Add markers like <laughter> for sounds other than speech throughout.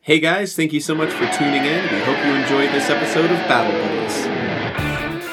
Hey guys, thank you so much for tuning in. We hope you enjoyed this episode of Battle Buddies.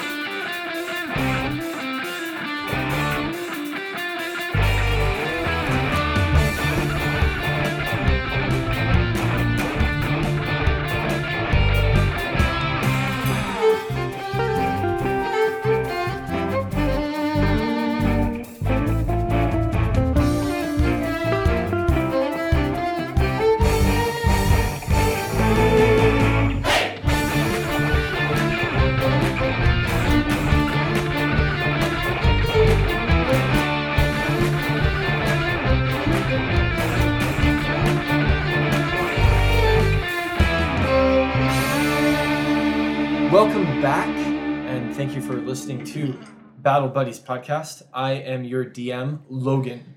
Welcome back, and thank you for listening to Battle Buddies podcast. I am your DM, Logan.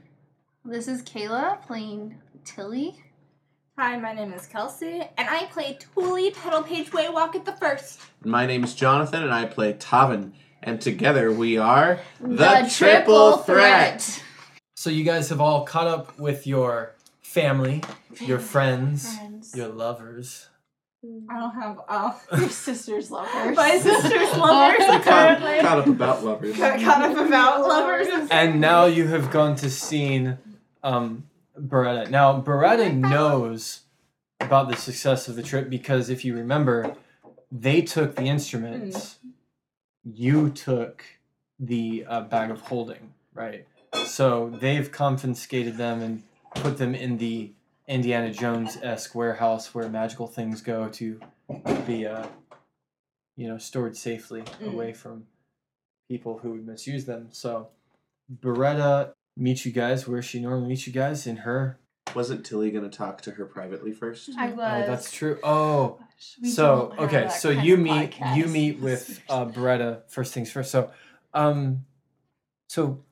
This is Kayla playing Tilly. Hi, my name is Kelsey, and I play Thule Petal Page Way Walk at the First. My name is Jonathan, and I play Tavin. And together we are So, you guys have all caught up with your family, your friends, Friends. your lovers. I don't have all Your sister's lovers. my sister's lovers Caught- <laughs> Caught, apparently. caught up about lovers. Got caught up about lovers. <laughs> And now you have gone to scene um, Beretta. Now, Beretta knows about the success of the trip because if you remember, they took the instruments, you took the uh, bag of holding, right? So they've confiscated them and put them in the Indiana Jones esque warehouse where magical things go to be, uh, you know, stored safely Mm. away from people who would misuse them. So Beretta meets you guys where she normally meets you guys in her. Wasn't Tilly going to talk to her privately first? I was. Oh, that's true. Oh, We so don't have okay, that so kind you of meet you podcast. meet with uh, Beretta first things first. So, um, so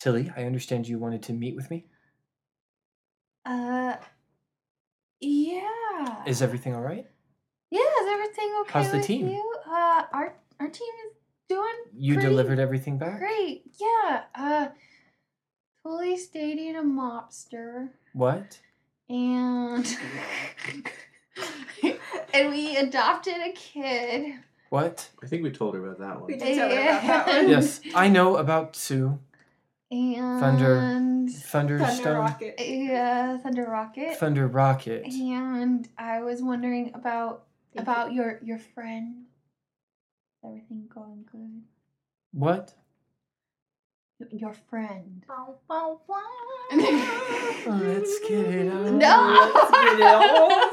Tilly, I understand you wanted to meet with me. Uh, yeah. Is everything all right? yeah, is everything okay? How's the with team? You? Uh, our our team is doing You Great. delivered everything back. great. Yeah. Uh, Tully's dating a mobster, What? and <laughs> and we adopted a kid. <laughs> What? I think we told her about that We one. did tell her about that one. <laughs> Yes, I know about Sue And Thunder Thunderstone, Rocket. Yeah, Thunder Rocket. Thunder Rocket. And I was wondering about about your your friend. Is everything going good? <laughs> What? Y- Your friend. Bow, bow, wow. Let's get <laughs> it Oh, on. No!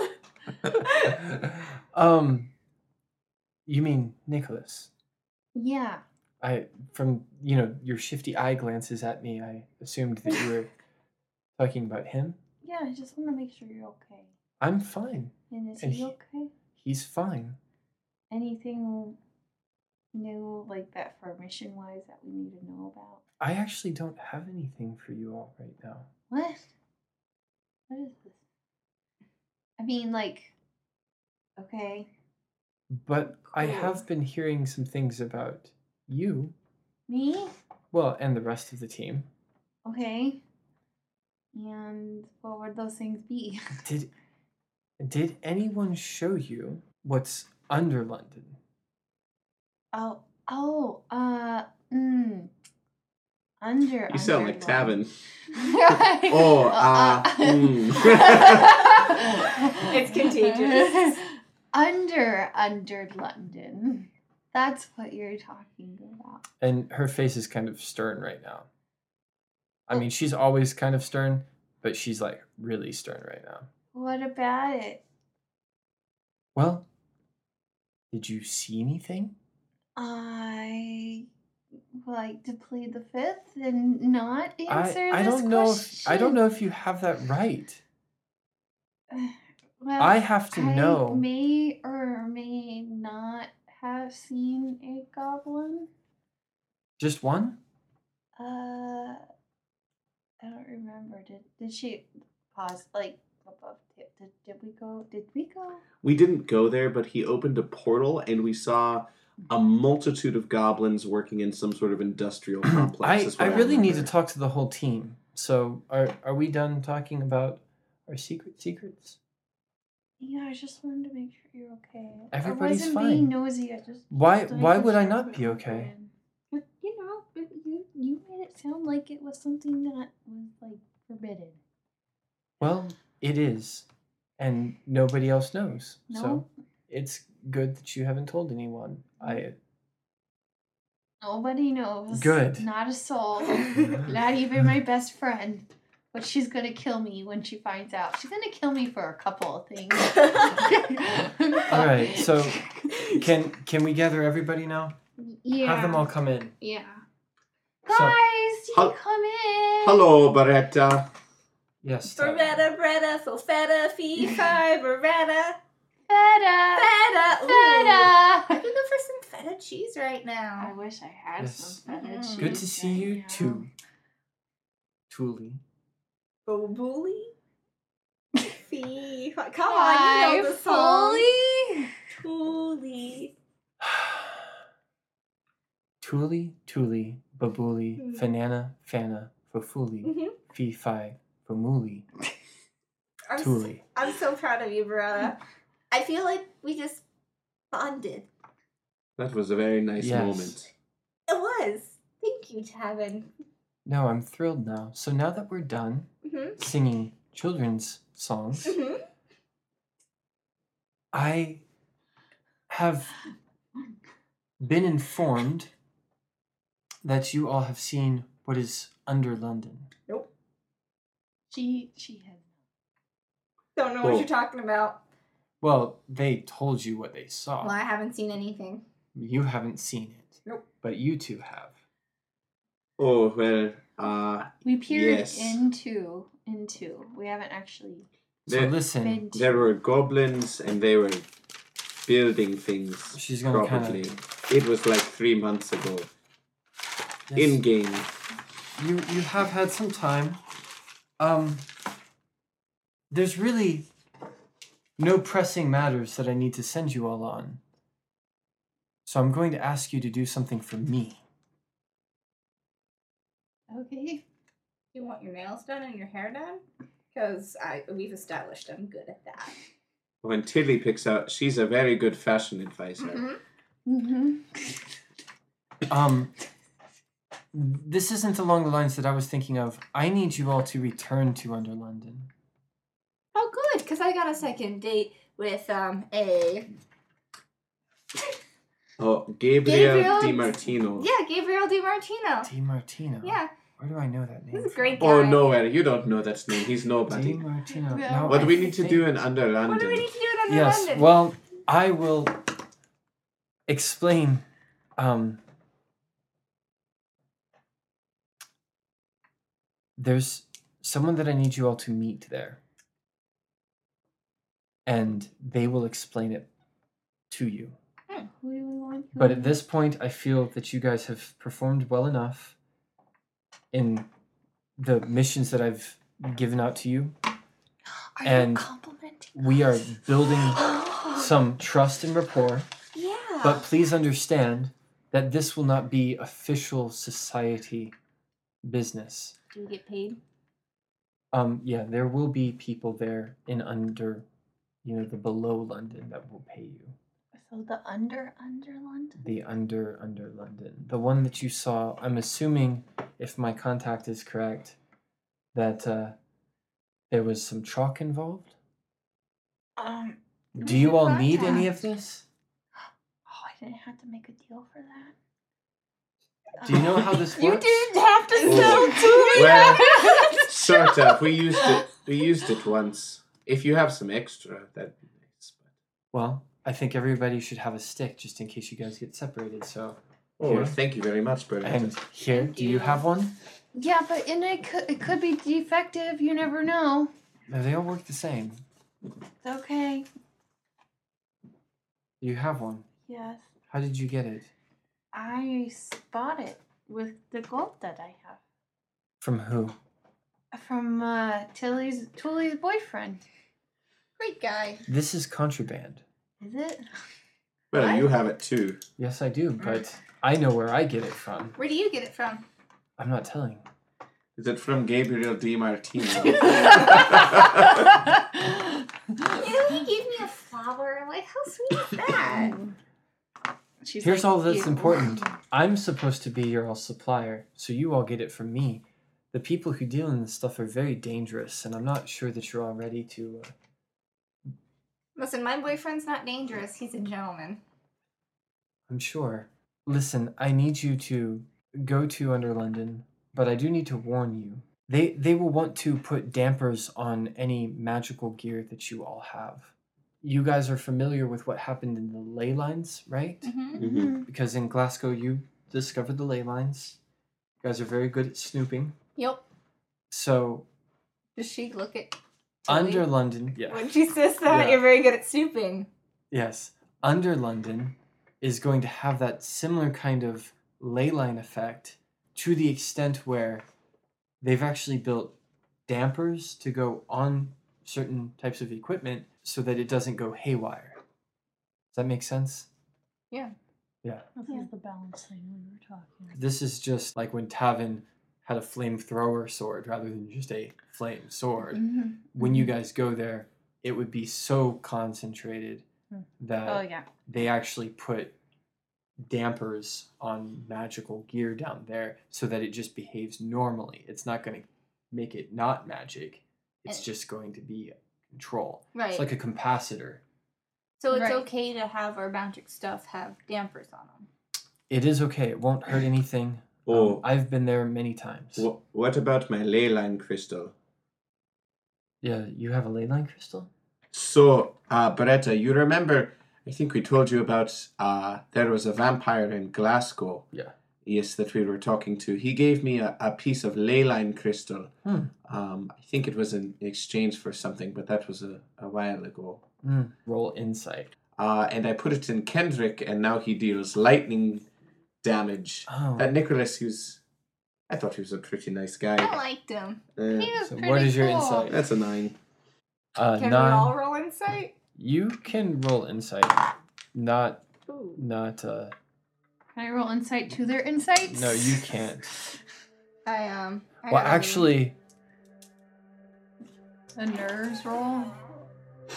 Let's get it um, you mean Nicholas? <laughs> Yeah. I from you know your shifty eye glances at me. I assumed that you <laughs> were talking about him. Yeah, I just want to make sure you're okay. I'm fine. And is And he he- okay? He's fine. Anything new like that formation wise that we need to know about? I actually don't have anything for you all right now. What? What is this? I mean, like, okay, But I Cool. have been hearing some things about you. me, Well, and the rest of the team. okay, and what would those things be? <laughs> Did did anyone show you what's under London? Oh, oh, uh, mm, under. You sound like <laughs> Tavin. oh, Oh, Uh, ah, uh, <laughs> <laughs> mm. It's contagious. <laughs> Under, under London. That's what you're talking about. and her face is kind of stern right now. I mean, she's always kind of stern, but she's like really stern right now. What about it? Well, did you see anything? I like to plead the fifth and not answer I, I this don't know. If, question. I don't know if you have that right. Well, I have to Um, I know. May or may not have seen a goblin. Just one? Uh, I don't remember. Did did she pause like above? Did, did, did we go? Did we go? We didn't go there, but he opened a portal and we saw a multitude of goblins working in some sort of industrial <clears throat> complex. I, is I what really need to remember. talk to the whole team. So are are we done talking about our secret secrets? Yeah, I just wanted to make sure you're okay. Everybody's I wasn't fine. being nosy. I just. Why- just wanted why to would I check not with be you okay? again. But you know, but you you made it sound like it was something that was like forbidden. Well, it is, and nobody else knows. No. So it's good that you haven't told anyone. I Nobody knows. Good. Not a soul. <laughs> Not even my best friend. But she's gonna kill me when she finds out. She's gonna kill me for a couple <laughs> of things. all right. So can can we gather everybody now? yeah, Have them all come in. yeah. So- Guys, you Hel- can come in. Hello, Beretta. Yes. Tyler. Beretta, Beretta, Fofetta, Fee, Fi, Beretta, Feta. Feta. Ooh. I Feta. could go for some feta cheese right I now. wish I had Yes. some feta Mhm. cheese. Good to see right you now. too. Tuli. <sighs> Go bully. Fee. Fi. Come on, Hi, you know the song. Foley. Bully. Tuli, Tuli, Babuli, Mm. Fanana, Fana, Fofuli, Mhm. Fee Fi, Famuli, I'm, s- Tuli. I'm so proud of you, Beretta. I feel like we just bonded. That was a very nice Yes. moment. It was. Thank you, Tavin. No, I'm thrilled now. So now that we're done hmm singing children's <laughs> songs, hmm I have been informed that you all have seen what is under London. She she had Don't know Cool. what you're talking about. Well, they told you what they saw. Well, I haven't seen anything. You haven't seen it. Nope. But you two have. Oh well, uh, we peered Yes. into into. We haven't actually So There- listen, been. to- Hmm. there were goblins and they were building things. she's gonna kind Probably. of. It was like three months ago. In game. you you have had some time. Um, there's really no pressing matters that I need to send you all on. So I'm going to ask you to do something for me. Okay. You want your nails done and your hair done? Because I we've established I'm good at that. When Tilly picks out, she's a very good fashion advisor. Mm-hmm. Mm-hmm. Um, this isn't along the lines that I was thinking of. I need you all to return to Under London. Oh, good, because I got a second date with um a Oh, Gabriel, Gabriel- DiMartino. yeah Gabriel DiMartino. D. Martino. Yeah, Where do I know that name? he's a great guy. Oh, nowhere. You don't know that name. He's D. nobody. Martino. Yeah. No, What do I we need to think- do in Under What do we London? need to do in Under Yes. London? Well, I will um, explain. Um, there's someone that I need you all to meet there, and they will explain it to you. Who do we want? Who But do at we- this point, I feel that you guys have performed well enough in the missions that I've given out to you. Are and- you complimenting? We are building <gasps> us? some trust and rapport. yeah. <laughs> But please understand that this will not be official society business. do we get paid? Um, yeah, there will be people there in under, you know, the below London that will pay you. so the under under London. The under under London, the one that you saw. I'm assuming, if my contact is correct, that uh, there was some chalk involved. Um. Do you all need any Contact. of this? <laughs> Oh, I didn't have to make a deal for that. Do you know how this You works? didn't have to Oh. sell to me. Well, sort of. We used it. We used it once. If you have some extra, that'd be nice. Well, I think everybody should have a stick just in case you guys get separated. So, Oh, well, Here. thank you very much, Bernadette. and here, Thank do you you. have one? Yeah, but and it could it could be defective. You never know. No, they all work the same. It's okay. You have one. Yes, How did you get it? I spot it with the gold that I have From who? from uh, Tilly's Tully's boyfriend. Great guy. This is contraband. Is <laughs> it? <laughs> Well, you have it too. Yes, I do, Mm. but I know where I get it from. Where do you get it from? I'm not telling. Is it from <laughs> Gabriel DiMartino? Mm-hmm. You know, he gave me flower. Like, how sweet is that? She's Here's like, all that's "You." <laughs> important. I'm supposed to be your all supplier, so you all get it from me. The people who deal in this stuff are very dangerous, and I'm not sure that you're all ready to. Uh, <laughs> Listen, my boyfriend's not dangerous. He's a gentleman. I'm sure. Listen, I need you to go to under London, but I do need to warn you. They they will want to put dampers on any magical gear that you all have. You guys are familiar with what happened in the ley lines, right? Mm-hmm. Mhm. Because in Glasgow you discovered the ley lines. You guys are very good at snooping. Yep. So Does she look at Tilly? under London, yeah. When she says that, Yeah. you're very good at snooping. Yes. Under London is going to have that similar kind of ley line effect to the extent where they've actually built dampers to go on certain types of equipment so that it doesn't go haywire. Does that make sense? This Yeah. is the balancing we were talking about. This is just like when Tavin had a flamethrower sword rather than just a flame sword. Mm-hmm. Mhm. When you guys go there, it would be so concentrated Hmm. that Oh yeah. they actually put dampers on magical gear down there so that it just behaves normally. It's not going to make it not magic. It's Eh. just going to be control. Right. It's like a capacitor. so it's Right. okay to have our magic stuff have dampers on them. It is okay. It won't hurt <sighs> anything. Um, Oh, I've been there many times. wh- what about my ley line crystal? Yeah, you have a ley line crystal? So, uh, Beretta, you remember, I think we told you about uh, there was a vampire in Glasgow. Yeah. Yes, that we were talking to. He gave me a, a piece of ley line crystal. Hmm. Um, I think it was in exchange for something, but that was a, a while ago. Mm. Roll insight. Uh, and I put it in Kendrick, and now he deals lightning damage. Oh. That Uh, Nicholas, who's. I thought he was a pretty nice guy. I liked him. Eh, He was So pretty what is your cool. insight? that's a nine. uh, Can nine. we all roll insight? You can roll insight. Not, Ooh. not, uh, Can I roll insight to their insights? no, you can't. I um. I Well, got a- actually, A nerves roll.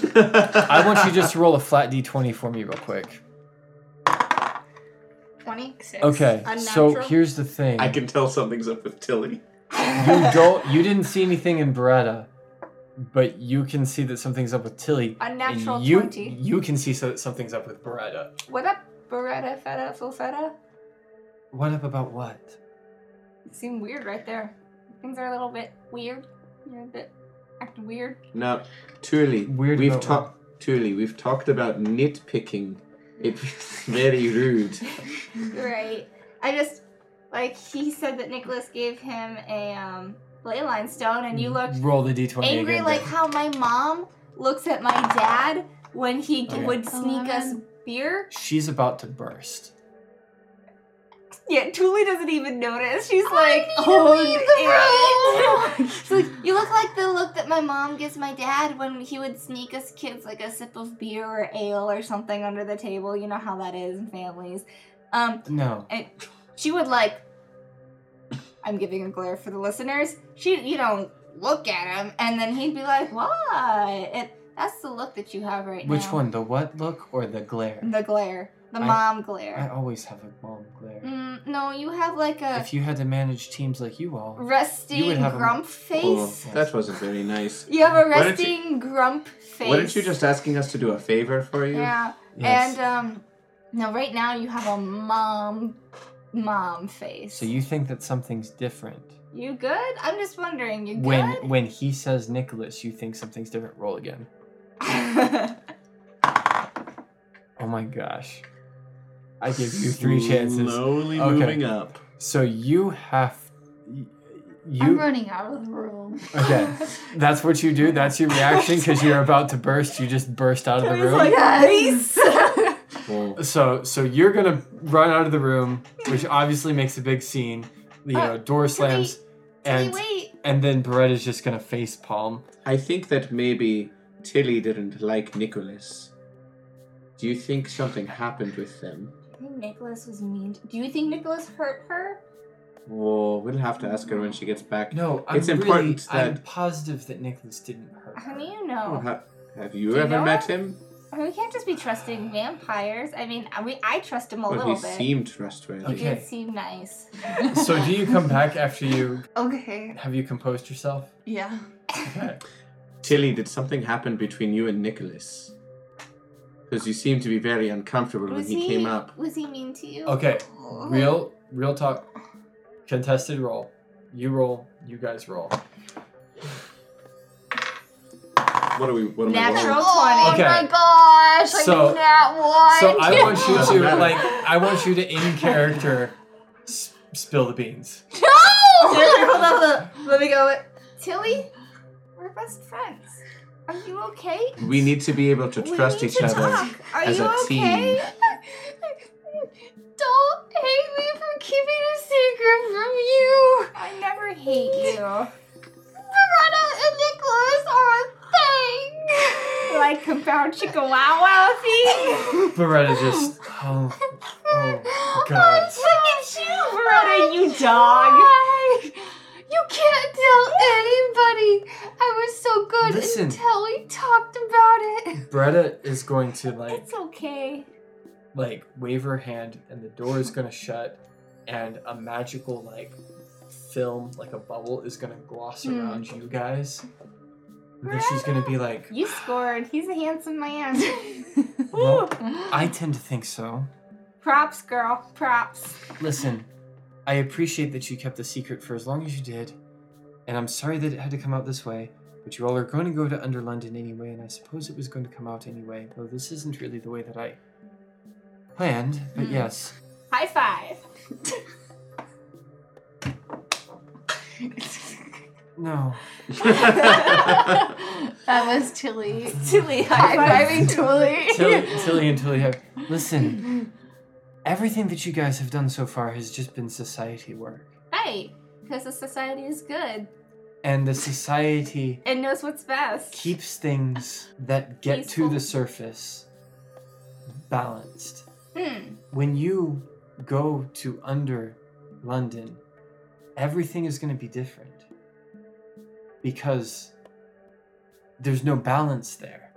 <laughs> I want you just to roll a flat d20 for me, real quick. twenty six. Okay. So Unnatural. here's the <laughs> thing. I can tell something's up with Tilly. <laughs> You don't. You didn't see anything in Beretta, but you can see that something's up with Tilly. and Unnatural you, twenty. You can see so that something's up with Beretta. What up, Beretta Feta Fofetta? What up about what? You seem weird right there. Things are a little bit weird. You're a bit acting weird. Now, Turley, Weird we've about talked. Turley, we've talked about nitpicking. It's <laughs> very rude. Right. I just like he said that Nicholas gave him a um ley line stone and you looked Roll the d20 angry Mm, again, like babe. how my mom looks at my dad when he g Okay. would sneak us Eleven. beer. She's about to burst. Yeah, Tuli doesn't even notice. She's like, need to <laughs> oh, the so like, you look like the look that my mom gives my dad when he would sneak us kids like a sip of beer or ale or something under the table. You know how that is in families. Um, No. she would like. I'm giving a glare for the listeners. She, you know, look at him, and then he'd be like, "What?" It, that's the look that you have right now. Which one? The what look or the glare? The glare, the I- mom I glare. always have a mom glare. Mm, no, you have like a If you had to manage teams like you all, resting You would have a- grump face. Oh, that wasn't very nice. You have a Why don't you- resting grump face. Weren't you just asking us to do a favor for you? Yeah. yes. And um, no, right now you have a mom, mom face. so you think that something's different. You good? I'm just wondering. You good? When when he says Nicholas, you think something's different. Roll again. Oh my gosh. I give you three chances. Slowly Okay. moving up. So you have y- I'm you running out of the room. <laughs> <laughs> okay. That's what you do. That's your reaction because you're about to burst. You just burst out of the room. Nice. Oh. so so you're gonna run out of the room, which obviously makes a big scene. You Uh, know, door slams, <laughs> and wait. and then Beretta's just gonna face palm. I think that maybe Tilly didn't like Nicholas. Do you think something happened with them? I think Nicholas was mean. To- Do you think Nicholas hurt her? Oh, we'll have to ask her when she gets back. No, I'm It's important really, I'm that- positive that Nicholas didn't hurt. How her. do you Oh, know? ha- have you Do you ever know met her? him? I We can't just be trusting vampires. I mean, I- we I trust him a But little he bit. seemed trustworthy. he Okay. did seem nice. <laughs> So do you come back after you Okay. have you composed yourself? Yeah. Okay. Tilly, did something happen between you and Nicholas? Because you seemed to be very uncomfortable when Was he, came up. Was he mean to you? <laughs> Oh. Okay. <laughs> Real real talk. Contested roll. You roll. You guys roll. What are we? What am Natural I? rolling? Oh Okay. my gosh! I So- so, that one. So I want Doesn't you to matter. like I want you to in character s- spill the beans. hold on, hold on. Let me go. Tilly, we're best friends. Are you okay? We need to be able to trust we need each to other. Talk. Are as you a team. okay? Don't hate me for keeping a secret from you. I never hate you. Verona and Nicholas are a thing. like a brown chihuahua <laughs> thing. Beretta just oh, oh god. Verona, you dog. Why? You can't tell anybody. I was so good Listen. until we talked about it. Beretta is going to like It's okay. like wave her hand and the door is gonna shut and a magical like film like a bubble is gonna gloss Hmm. around you guys. And then she's gonna be like, You scored. He's a handsome <laughs> man. well, I tend to think so. Props, girl. Props. Listen, I appreciate that you kept the secret for as long as you did, and I'm sorry that it had to come out this way, but you all are going to go to Under London anyway, and I suppose it was going to come out anyway, though this isn't really the way that I planned, but Hmm. yes. High five. No. <laughs> that was Tilly. Tilly, high fiving Tilly. Tilly, Tilly and Tilly have. Listen, everything that you guys have done so far has just been society work. Hey, because the society is good And the society and knows what's best. keeps things that get to Peaceful. the surface balanced. Hmm. when you go to under London, everything is going to be different because there's no balance there.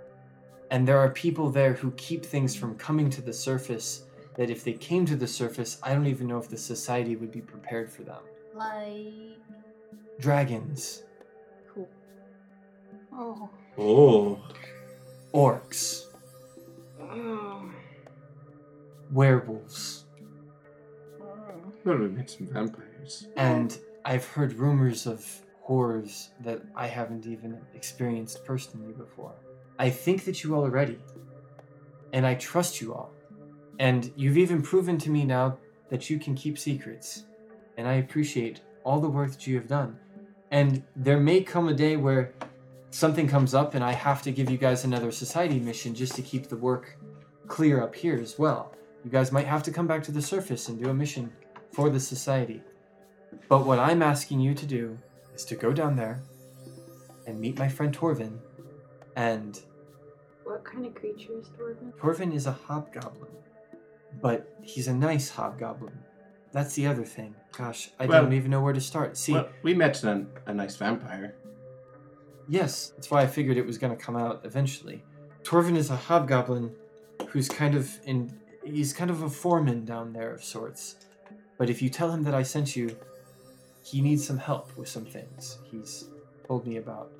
And there are people there who keep things from coming to the surface that if they came to the surface, I don't even know if the society would be prepared for them. Like. Dragons, Oh. <laughs> oh, orcs, Mm. werewolves, Mm. well, we met some vampires. and I've heard rumors of horrors that I haven't even experienced personally before. I think that you all are ready, and I trust you all. And you've even proven to me now that you can keep secrets, and I appreciate all the work that you have done. And there may come a day where something comes up, and I have to give you guys another society mission just to keep the work clear up here as well. You guys might have to come back to the surface and do a mission for the society. But what I'm asking you to do is to go down there and meet my friend Torvin. And What kind of creature is Dwarven? Torvin is a hobgoblin, but he's a nice hobgoblin. That's the other thing. Gosh, I Well- don't even know where to start. See, Well, we met an, a nice vampire. yes, that's why I figured it was going to come out eventually. Torvin is a hobgoblin who's kind of in. He's kind of a foreman down there of sorts. But if you tell him that I sent you, he needs some help with some things he's told me about.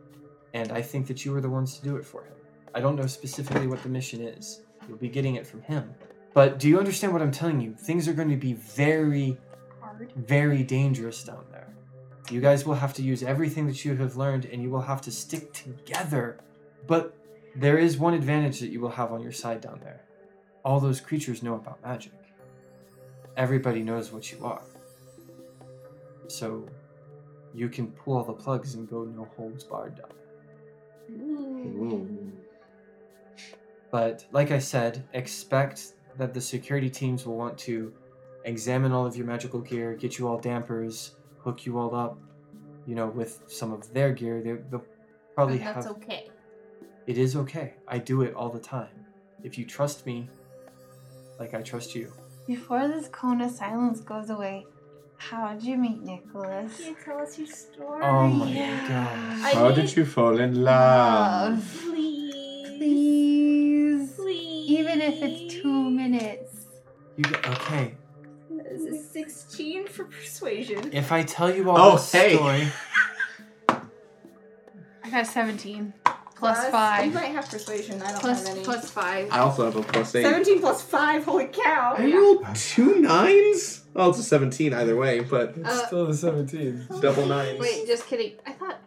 And I think that you were the ones to do it for him. I don't know specifically what the mission is. You'll be getting it from him. But do you understand what I'm telling you? Things are going to be very Hard. very dangerous down there. You guys will have to use everything that you have learned and you will have to stick together. But there is one advantage that you will have on your side down there. All those creatures know about magic. Everybody knows what you are. So you can pull all the plugs and go no holds barred down. there. Mm. Ooh. But like I said, expect that the security teams will want to examine all of your magical gear, get you all dampers, hook you all up, you know, with some of their gear. They, they'll probably And that's have. okay. It is okay. I do it all the time. If you trust me, like I trust you. Before this cone of silence goes away, how'd you meet Nicholas? Can you tell us your story? Oh my yeah. gosh. I How need- Um. did you fall in love? Please. Please. Please. if it's two minutes? You g- okay? This is 16 for persuasion. If I tell you all Oh, this hey. story, I got 17. Plus, Oh plus You 5. might have persuasion. I don't Plus, have any. plus 5. I also have a plus eight. 17 plus 5. Holy cow. I rolled two nines? Well, it's a 17 either way, but it's Uh, still the seventeen. double nines. Wait, just kidding. I thought.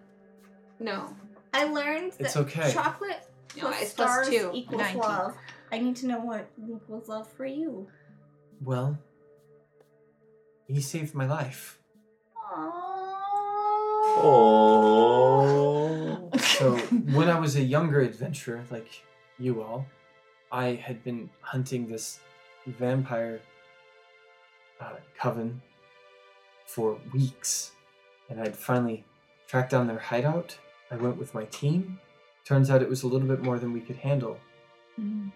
No. I learned that It's okay. chocolate No, plus it's plus stars two. equals 19. love. I need to know what equals love for you. Well, he saved my life. Oh. <laughs> So when I was a younger adventurer, like you all, I had been hunting this vampire uh, coven for weeks, and I'd finally tracked down their hideout. I went with my team. Turns out it was a little bit more than we could handle, and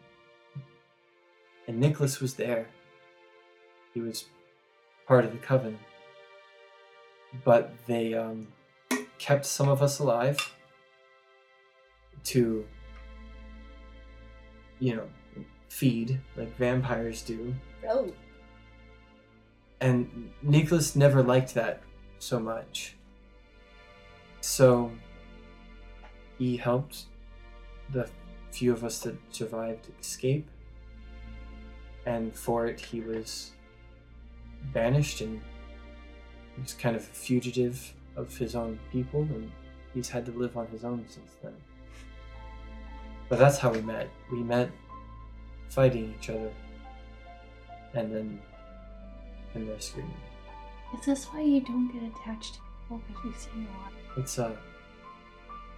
Nicholas was there. He was part of the coven, but they um, kept some of us alive to, you know, feed like vampires do. Oh. And Nicholas never liked that so much. So he helped the few of us that survived escape. And for it, he was banished and he was kind of a fugitive of his own people, and he's had to live on his own since then. But that's how we met. We met fighting each other and then and rescuing me. Is this why you don't get attached to people because you've seen a lot? It's uh,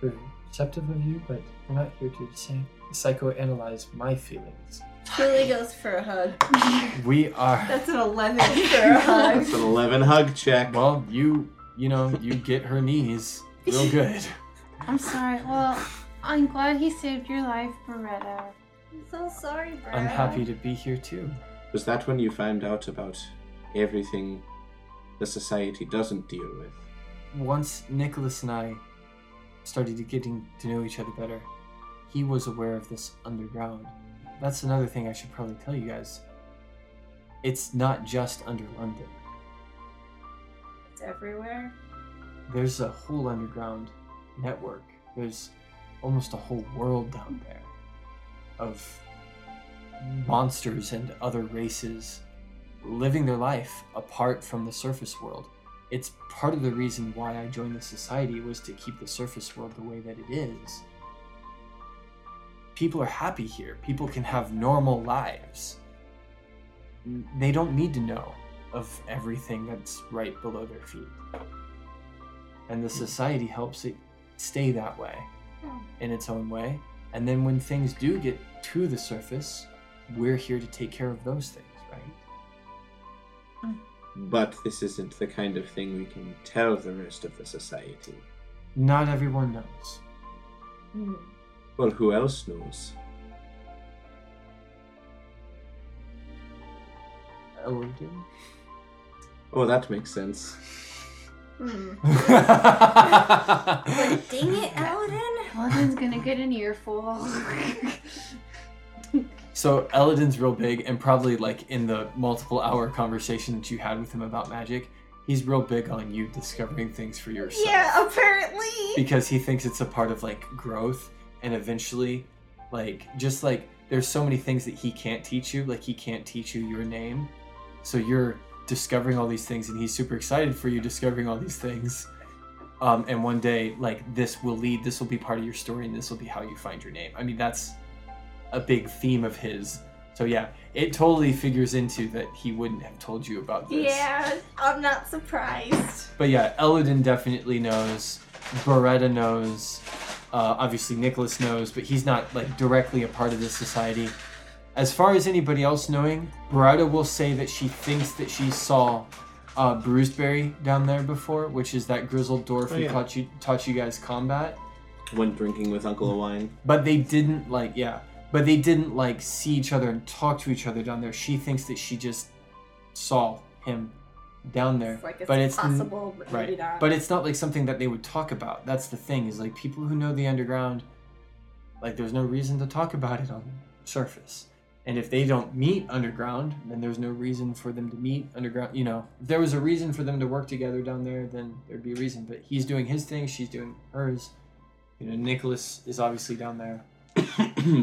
we're receptive of you, but we're not here to say- psychoanalyze my feelings. Julie goes for a hug. We are. That's an <laughs> 11 for a hug. That's an 11 hug check. Well, you you know you get her knees real good. <laughs> I'm sorry. Well, I'm glad he saved your life, Beretta. I'm so sorry, bro. I'm happy to be here too. Was that when you found out about everything the society doesn't deal with? Once Nicholas and I started getting to know each other better, he was aware of this underground. That's another thing I should probably tell you guys. It's not just under London. It's everywhere. there's a whole underground network. There's almost a whole world down there of monsters and other races living their life apart from the surface world. It's part of the reason why I joined the society was to keep the surface world the way that it is. People are happy here. People can have normal lives. They don't need to know of everything that's right below their feet and the society helps it stay that way Hmm. in its own way. And then when things do get to the surface, we're here to take care of those things, right? But this isn't the kind of thing we can tell the rest of the society. Not everyone knows. Hmm. Well, who else knows? <laughs> Elegant. Oh, that makes sense. Dang <laughs> it, Aladdin. Eldon's gonna get an earful. <laughs> so Eladin's real big, and probably like in the multiple hour conversation that you had with him about magic, he's real big on you discovering things for yourself. Yeah, apparently. because he thinks it's a part of like growth and eventually like just like there's so many things that he can't teach you like he can't teach you your name so you're discovering all these things and he's super excited for you discovering all these things um, and one day like this will lead this will be part of your story and this will be how you find your name i mean that's a big theme of his so yeah it totally figures into that he wouldn't have told you about this Yeah, I'm not surprised. but yeah, Elodin definitely knows. Beretta knows. Uh, obviously, Nicholas knows, but he's not like directly a part of this society. As far as anybody else knowing, Beretta will say that she thinks that she saw uh, Bruisedberry down there before, which is that grizzled dwarf Oh, who yeah. taught you taught you guys combat. When drinking with Uncle Wine. But they didn't like, yeah. But they didn't like see each other and talk to each other down there. She thinks that she just saw him down there, It's like it's but it's n- possible, but maybe right not. but it's not like something that they would talk about that's the thing is like people who know the underground like there's no reason to talk about it on the surface And if they don't meet underground, then there's no reason for them to meet underground. You know, if there was a reason for them to work together down there, then there'd be a reason. But he's doing his thing, she's doing hers. You know, Nicholas is obviously down there. <clears throat>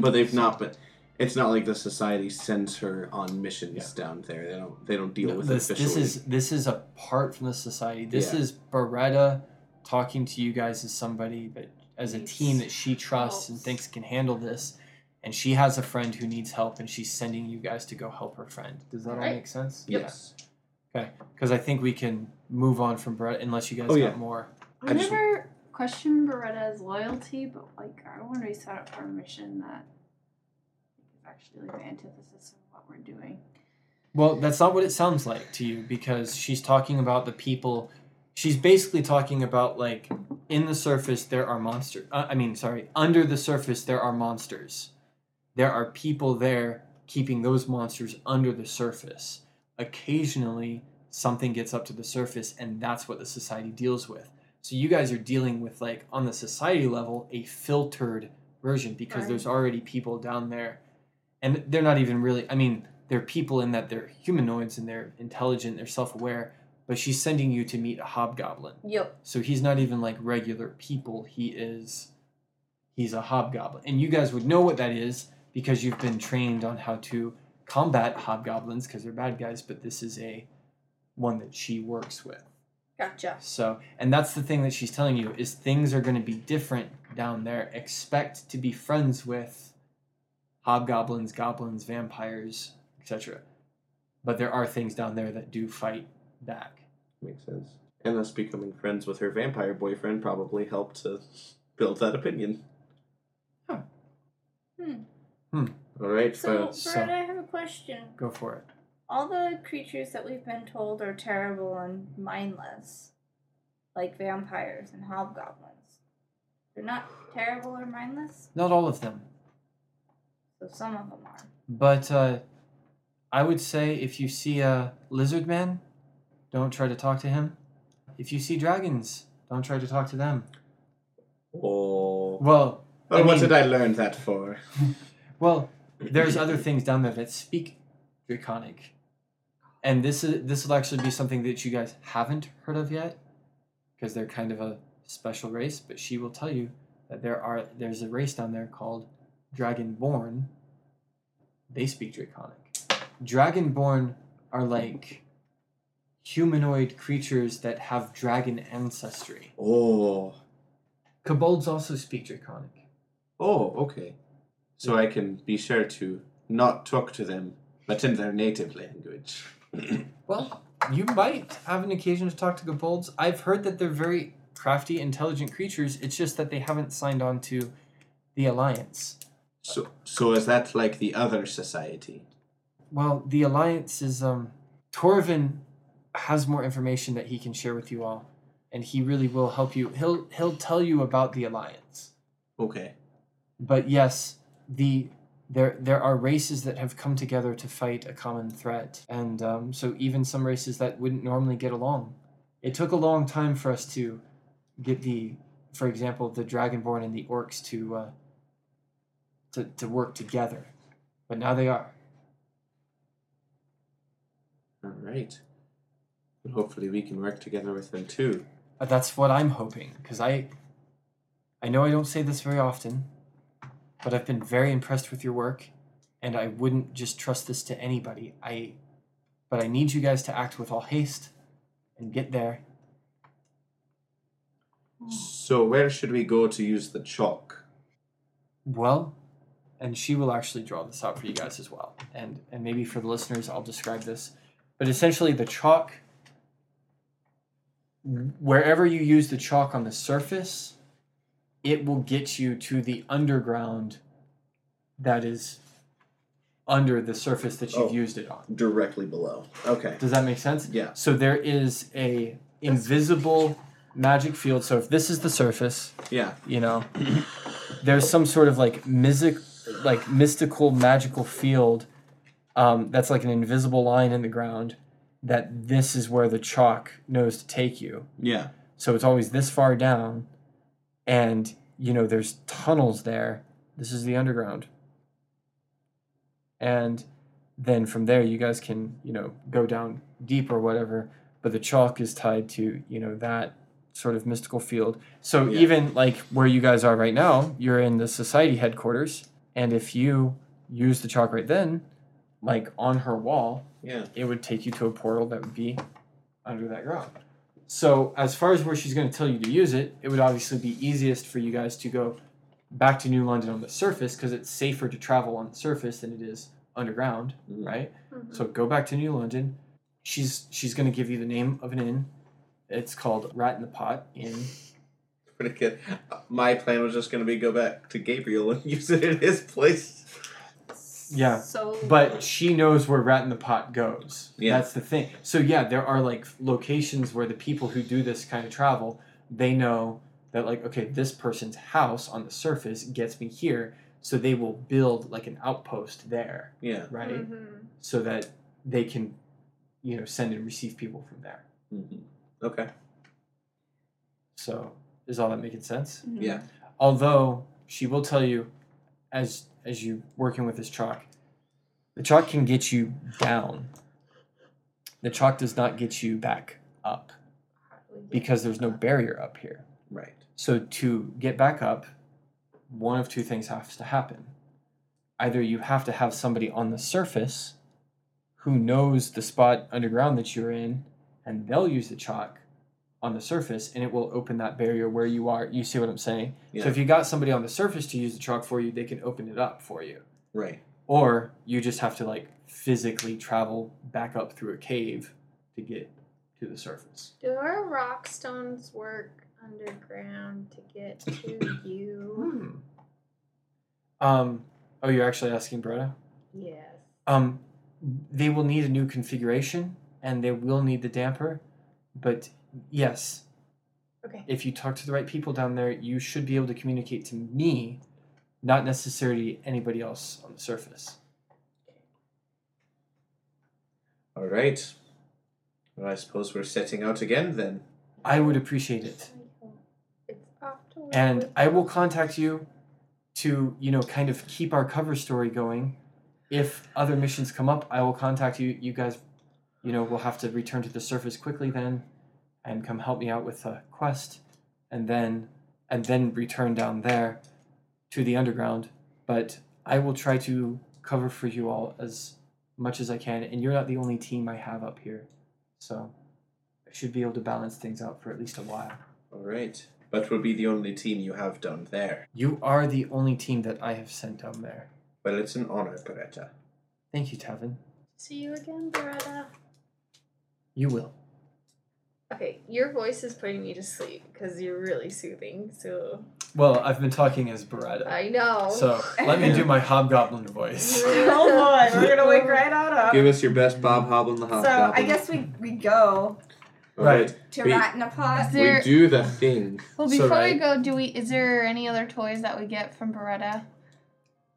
but they've not been. It's not like the society sends her on missions down there. They don't. They don't deal No, with this, it officially. this is this is apart from the society. This Yeah. is Beretta talking to you guys as somebody that as a team that she trusts and thinks can handle this. And she has a friend who needs help, and she's sending you guys to go help her friend. Does that all Alright. make sense? yes. Because I think we can move on from Beretta unless you guys Oh, got yeah. more. I I just- never questioned Beretta's loyalty, but like I want to be set up for a mission that is actually like the antithesis of what we're doing. Well, that's not what it sounds like to you because she's talking about the people. She's basically talking about like in the surface there are monsters. Uh, I mean, sorry, under the surface there are monsters. There are people there keeping those monsters under the surface. Occasionally something gets up to the surface and that's what the society deals with. So you guys are dealing with like on the society level a filtered version because Right. there's already people down there and they're not even really I mean they're people in that they're humanoids and they're intelligent, they're self-aware, but she's sending you to meet a hobgoblin. Yep. So he's not even like regular people. He is he's a hobgoblin. And you guys would know what that is because you've been trained on how to combat hobgoblins because they're bad guys, but this is a one that she works with. Gotcha. So, and that's the thing that she's telling you is things are going to be different down there. Expect to be friends with hobgoblins, goblins, vampires, etc. But there are things down there that do fight back. Makes sense. And us becoming friends with her vampire boyfriend probably helped to build that opinion. Huh. Hmm. Hmm. All right. So, folks. so- Brad, I have a question. Go for it. All the creatures that we've been told are terrible and mindless, like vampires and hobgoblins. They're not terrible or mindless, Not all of them, so some of them are. but uh, I would say if you see a lizard man, don't try to talk to him. If you see dragons, don't try to talk to them. Oh. Well, Oh, what mean- did I learn that for? Well, there's other things down there that speak draconic, and this is this will actually be something that you guys haven't heard of yet, because they're kind of a special race. But she will tell you that there are there's a race down there called Dragonborn. They speak draconic. Dragonborn are like humanoid creatures that have dragon ancestry. Oh. Kobolds also speak draconic. Oh, okay. So I can be sure to not talk to them, but in their native language. Well, you might have an occasion to talk to kobolds. I've heard that they're very crafty, intelligent creatures. It's just that they haven't signed on to the alliance. So, so is that like the other society? Well, the alliance is um Torvin has more information that he can share with you all, and he really will help you. He'll he'll tell you about the alliance. Okay. But yes, the there there are races that have come together to fight a common threat, and um, so even some races that wouldn't normally get along. It took a long time for us to get the, for example, the Dragonborn and the Orcs to uh, to to work together, but now they are. All right. And hopefully we can work together with them too. Uh, That's what I'm hoping, because I I know I don't say this very often, but I've been very impressed with your work, and I wouldn't just trust this to anybody. I but I need you guys to act with all haste and get there. Hmm. So where should we go to use the chalk? Well, and she will actually draw this out for you guys as well. And and maybe for the listeners I'll describe this. But essentially the chalk wherever you use the chalk on the surface, it will get you to the underground that is under the surface that you've Oh. used it on. Directly below. Okay. Does that make sense? Yeah. So there is a invisible magic field. So if this is the surface, Yeah. you know there's some sort of like mystic like mystical magical field um, that's like an invisible line in the ground that this is where the chalk knows to take you Yeah. so it's always this far down and you know there's tunnels there this is the underground and then from there you guys can you know go down deep or whatever. But the chalk is tied to you know that sort of mystical field. So Yeah. even like where you guys are right now, you're in the society headquarters, and if you use the chalk right then, like on her wall, Yeah. it would take you to a portal that would be under that ground. So, as far as where she's going to tell you to use it, it would obviously be easiest for you guys to go back to New London on the surface because it's safer to travel on the surface than it is underground, Mhm. right? Mhm. So, go back to New London. She's she's going to give you the name of an inn. It's called Rat in the Pot Inn. Pretty good. Uh, My plan was just going to be go back to Gabriel and <laughs> use it in his place. Yeah. So But she knows where Rat in the Pot goes. Yeah. That's the thing. So yeah, there are like locations where the people who do this kind of travel, they know that like, okay, this person's house on the surface gets me here, so they will build like an outpost there, Yeah. right? Mm-hmm. Mhm. Mm-hmm. So that they can, you know, send and receive people from there. hmm Okay. So is all that making sense? Yeah. although she will tell you as as you working with this chalk the chalk can get you down the chalk does not get you back up because there's no barrier up here Right. so to get back up one of two things has to happen either you have to have somebody on the surface who knows the spot underground that you're in and they'll use the chalk on the surface and it will open that barrier where you are you see what i'm saying Yeah. so if you got somebody on the surface to use the chalk for you, they can open it up for you. Right. Or you just have to like physically travel back up through a cave to get to the surface. Do our rock stones work underground to get <laughs> to you? Hmm. Um, oh, you're actually asking Bretta? Yes. Um, they will need a new configuration and they will need the damper. But yes, Okay. if you talk to the right people down there, you should be able to communicate to me, not necessarily anybody else on the surface. All right. Well, I suppose we're setting out again then. I would appreciate it. It's off to work and with- I will contact you to you know kind of keep our cover story going. If other missions come up, I will contact you. You guys, you know, will have to return to the surface quickly then, and come help me out with a quest, and then and then return down there to the underground. But I will try to cover for you all as much as I can, and you're not the only team I have up here, so I should be able to balance things out for at least a while. All right. But we'll be the only team you have down there. You are the only team that I have sent down there. Well, it's an honor, Beretta. Thank you, Tavin. See you again, Beretta. You will. Okay, your voice is putting me to sleep because you're really soothing. So Well, I've been talking as Beretta. I know. So let me do <laughs> my hobgoblin voice. <laughs> Hold on, we're gonna wake right on up. Give us your best Bob Hobble and the Uh, So Hobgoblin. I guess we, we go All right. to We- Rat in a Pot. Is there We do the thing. well So, before right. we go, do we is there any other toys that we get from Beretta?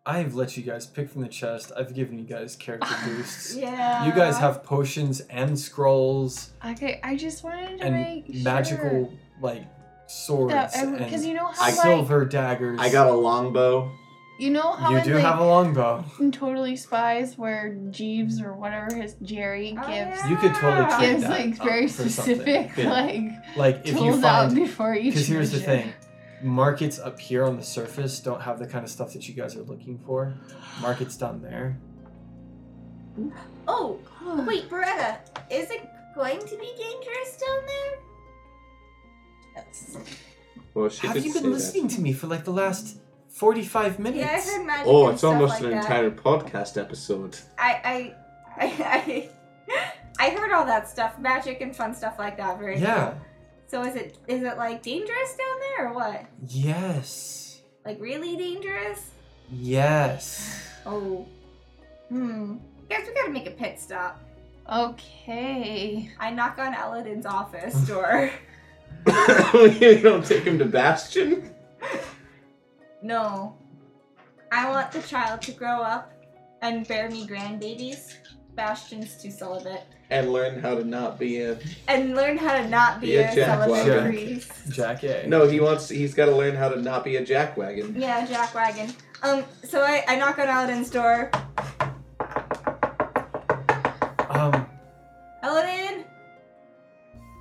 I've let you guys pick from the chest. I've given you guys <laughs> character boosts. Yeah. You guys have potions and scrolls Okay, I just wanted to and make sure. magical like swords because and you know how I- like silver daggers. I got a longbow. you know how You in do like have a longbow. in Totally Spies where Jeeves or whatever his Jerry Oh, gives yeah. You could totally Ah. trade gives that like up very for something. specific Yeah. like Like if you tools out find before each. Because here's the thing mission. markets up here on the surface don't have the kind of stuff that you guys are looking for. Markets down there. Oh, wait, Beretta, is it going to be dangerous down there? Yes. Well, she have did you say been listening to me for like the last 45 minutes? Yeah, I heard that. magic. Oh, and it's stuff almost like an that. entire podcast episode. <laughs> I, I, I, I, I heard all that stuff, magic and fun stuff like that. Very Yeah. cool. So is it is it like dangerous down there or what? Yes. Like really dangerous? Yes. Oh. Hmm. Guys, we gotta make a pit stop. Okay. I knock on Aladdin's <laughs> office door. you don't take him to Bastion? No. I want the child to grow up and bear me grandbabies. Bastion's too celibate. And learn how to not be a. And learn how to not be, Be a a, jack celibate wagon. priest. Jack A. No, he wants. He's got to learn how to not be a jackwagon. Yeah, jack wagon. Um, so I, I knock on Aladdin's door. Um, <laughs>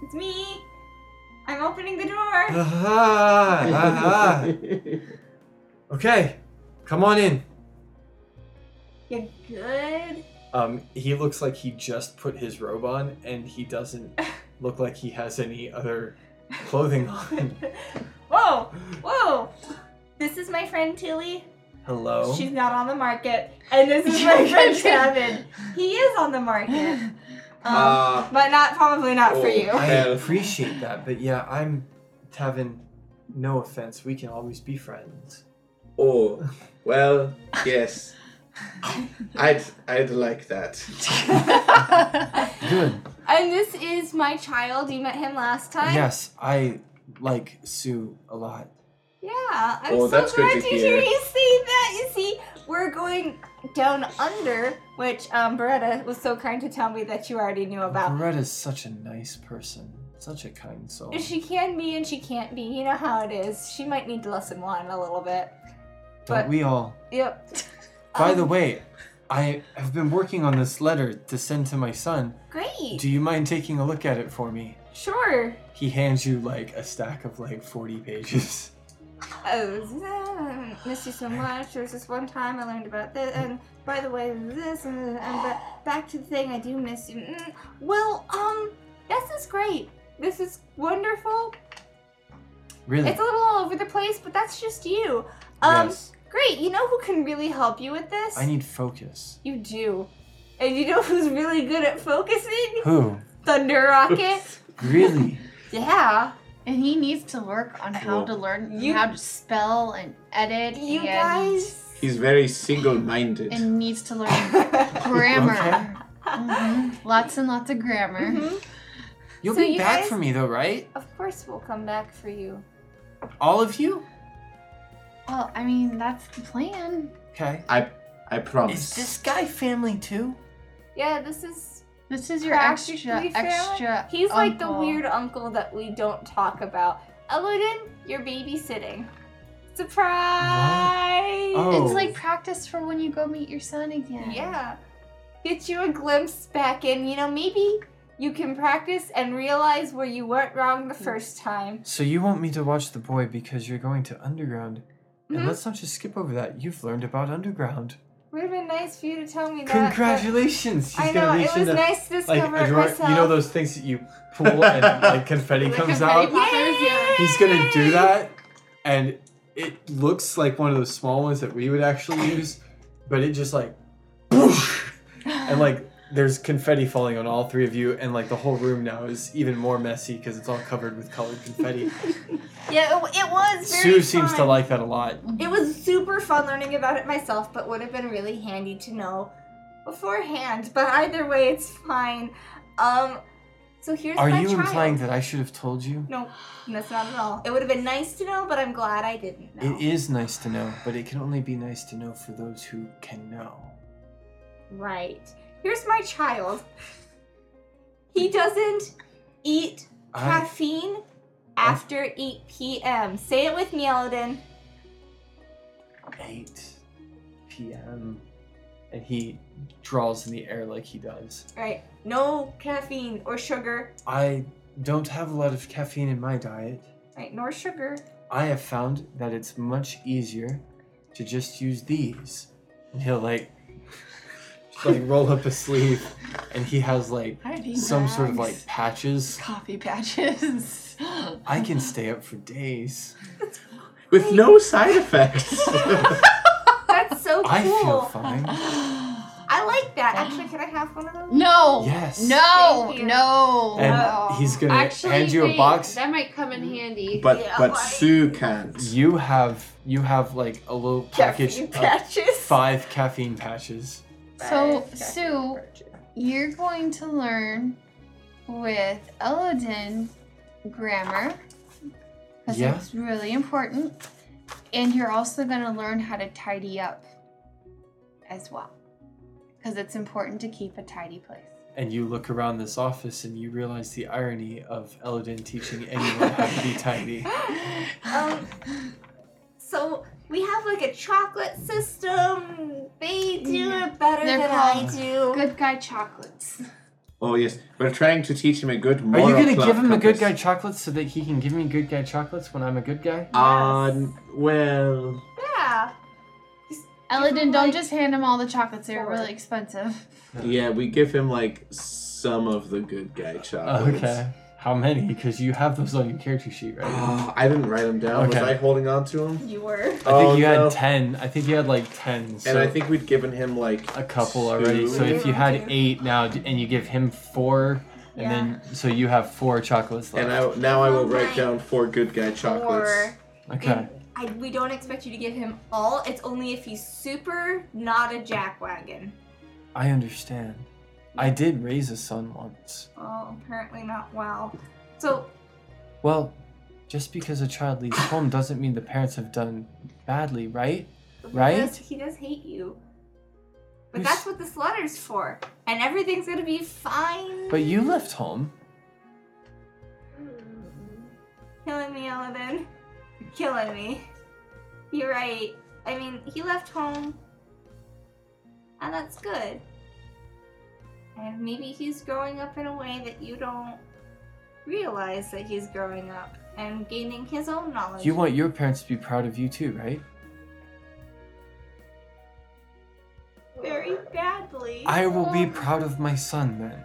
It's me. I'm opening the door. Ah, ah, ah. <laughs> Okay, come on in. You're good. <laughs> Um, he looks like he just put his robe on, and he <laughs> doesn't look like he has any other clothing <laughs> on. Whoa, whoa. This is my friend Tilly. Hello. She's not on the market. And this is my friend Kevin. He is on the market. Um, Ah. but not probably not for Oh. you. <laughs> I Tav. appreciate that, but yeah, I'm Tavin. No offense, we can always be friends. oh, well, yes. I'd I'd like that. Good. And this is my child. You met him last time. Yes, I like Sue a lot. Yeah, I'm Oh, so that's good glad to to hear. hear you say that. You see, we're going down under, which um, Beretta was so kind to tell me that you already knew about. Loretta's such a nice person, such a kind soul. She can be and she can't be. You know how it is. She might need lesson one a little bit. Don't but- we all? Yep. By the Um, way, I have been working on this letter to send to my son. Great. Do you mind taking a look at it for me? Sure. He hands you like a stack of like 40 pages. Oh, yeah, I miss you so much. There was this one time I learned about this, and by the way, this, and, and ba- back to the thing, I do miss you. Mm, Well, um, this is great. This is wonderful. <laughs> Really? It's a little all over the place, but that's just you. Um, Hmm. yes. great. You know who can really help you with this? I need focus. you do. And you know who's really good at focusing? Who? Thunder Rocket. <laughs> <laughs> Really? yeah. <laughs> And he needs to work on how Cool. to learn You- how to spell and edit. You and, <laughs> guys. <laughs> He's very single-minded. And needs to <laughs> learn grammar. Mm-hmm. Mhm. Lots and lots of grammar. Mhm. You'll So be you back guys- for me though, right? Of course, we'll come back for you. All of you? Well, I mean, that's the plan. Okay. I promise. Is this guy family too? Yeah, this is This is your extra, Practically family? extra. He's like the uncle. weird uncle that we don't talk about. Elodin, you're babysitting. Surprise! Oh. It's like practice for when you go meet your son again. Yeah. Get you a glimpse back in. You know, maybe you can practice and realize where you went wrong Hmm. the first time. So you want me to watch the boy because you're going to underground. And Mhm. let's not just skip over that. You've learned about underground. Would have been nice for you to tell me that. but- Congratulations! She's I gonna know, reach it in was the, nice to like discover a it drawer- myself. You know those things that you pull and <laughs> like confetti Like comes confetti out. pop- Poppers, yeah. He's gonna do that, and it looks like one of those small ones that we would actually use, but it just like, poof, and like there's confetti falling on all three of you, and like the whole room now is even more messy because it's all covered with colored confetti. Yeah, it, it was very Sue seems to fun. like that a lot. It was super fun learning about it myself, but would have been really handy to know beforehand. But either way, it's fine. Um, so here's Are my you trial. implying that I should have told you? No, that's not at all. It would have been nice to know, but I'm glad I didn't know. It is nice to know, but it can only be nice to know for those who can know. Right. Here's my child. He doesn't eat I, caffeine after 8 p.m. Say it with me, Eladin. 8 p.m. And he draws in the air like he does. Right. No caffeine or sugar. I don't have a lot of caffeine in my diet. Right. Nor sugar. I have found that it's much easier to just use these. And he'll like, just, like roll up his sleeve, and he has like How did he some sort of relax? like patches. coffee patches. <gasps> I can stay up for days. With no side <laughs> effects. That's so cool. I feel fine. <laughs> I like that. Actually, can I have one of those? No. Yes. No. Thank you. No. And No. he's gonna Actually, hand you a wait, box. That might come in handy. but Yeah, but like- Sue can't. You have you have like a little package Caffeine of patches. five caffeine patches. So, Sue, you're going to learn with Elodin grammar because Yeah. it's really important, and you're also going to learn how to tidy up as well because it's important to keep a tidy place. And you look around this office and you realize the irony of Elodin teaching anyone how to be tidy. <laughs> Um, so we have like a chocolate system. They do it better They're than I called do. <laughs> Good guy chocolates. Oh yes, we're trying to teach him a good. Are Moral you gonna club give him a good compass. guy chocolates so that he can give me good guy chocolates when I'm a good guy? Um. Well. Yeah. Eladin, like- don't just hand him all the chocolates. They're really expensive. <laughs> Yeah, we give him like some of the good guy chocolates. Oh, Okay. How many? Because you have those on your character sheet, <gasps> right? Oh, I didn't write them down. Okay. Was I holding on to them? You were. I think Oh, you no. had ten. I think you had like ten. So And I think we'd given him like a couple already. So two. if you had eight now, d- and you give him four, and then so you have four chocolates left. And I now I will Oh my. write down four good guy chocolates. Or okay. I, we don't expect you to give him all. It's only if he's super not a jackwagon. I understand. I did raise a son once. Well, apparently not well. So Well, just because a child leaves home doesn't mean the parents have done badly, right? But Right? He does, he does hate you. But Who's- that's what this letter's for. And everything's gonna be fine. But you left home. Killing me, Elodin. You're killing me. You're right. I mean, he left home. And that's good. And maybe he's growing up in a way that you don't realize that he's growing up and gaining his own knowledge. You want your parents to be proud of you too, right? very badly. I will be proud of my son then.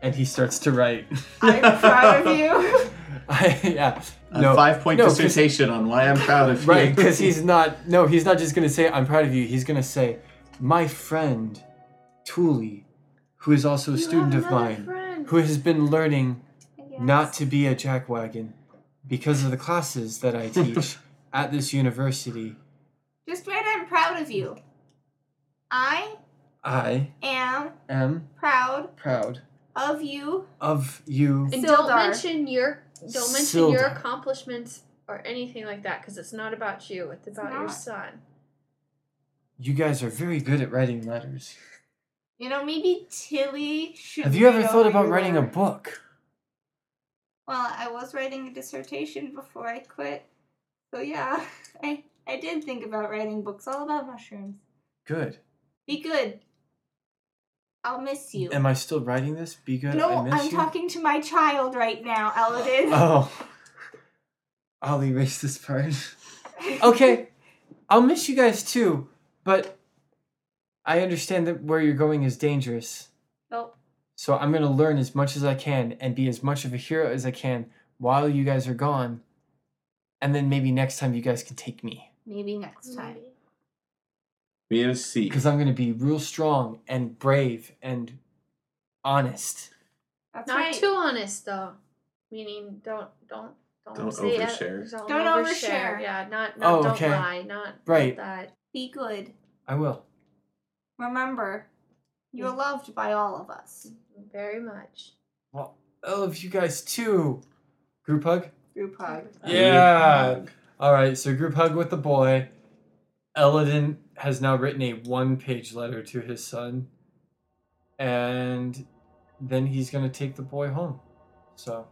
And he starts to write. I'm proud of you. <laughs> I, yeah. A no. five point no, 'cause- dissertation on why I'm proud <laughs> of Right, you. because <laughs> he's not. No, he's not just gonna say I'm proud of you. He's gonna say, my friend, Thule, who is also a student of mine, who has been learning not to be a jackwagon because of the classes that I teach at this university. Just write I'm proud of you. I I am am proud proud of you. of you. And Sildar. don't mention your don't mention your Sildar. accomplishments or anything like that because it's not about you. It's about your not. son. You guys are very good at writing letters. You know, maybe Tilly should. Have you ever read thought over about your writing a letter. book? Well, I was writing a dissertation before I quit. So yeah, <laughs> I I did think about writing books all about mushrooms. Good. Be good. I'll miss you. Am I still writing this? Be good. I no, miss I'm you? talking to my child right now, Elodin. Oh. I'll erase this <laughs> part. Oh, okay. I'll miss you guys too, but I understand that where you're going is dangerous. Nope. So I'm going to learn as much as I can and be as much of a hero as I can while you guys are gone. And then maybe next time you guys can take me. Maybe next time. Me and <laughs> C. Because I'm going to be real strong and brave and honest. That's Not right. too honest though. Meaning don't don't don't, Don't say it- overshare. Don't, Don't overshare. overshare. Yeah, not, Oh, not don't okay. lie. Not Right. that. Be good. I will. Remember, you're loved by all of us. Very much. Well, I love you guys too. Group hug? Group hug. Yeah. All right, so group hug with the boy. Eladin has now written a one-page letter to his son, and then he's gonna take the boy home. So,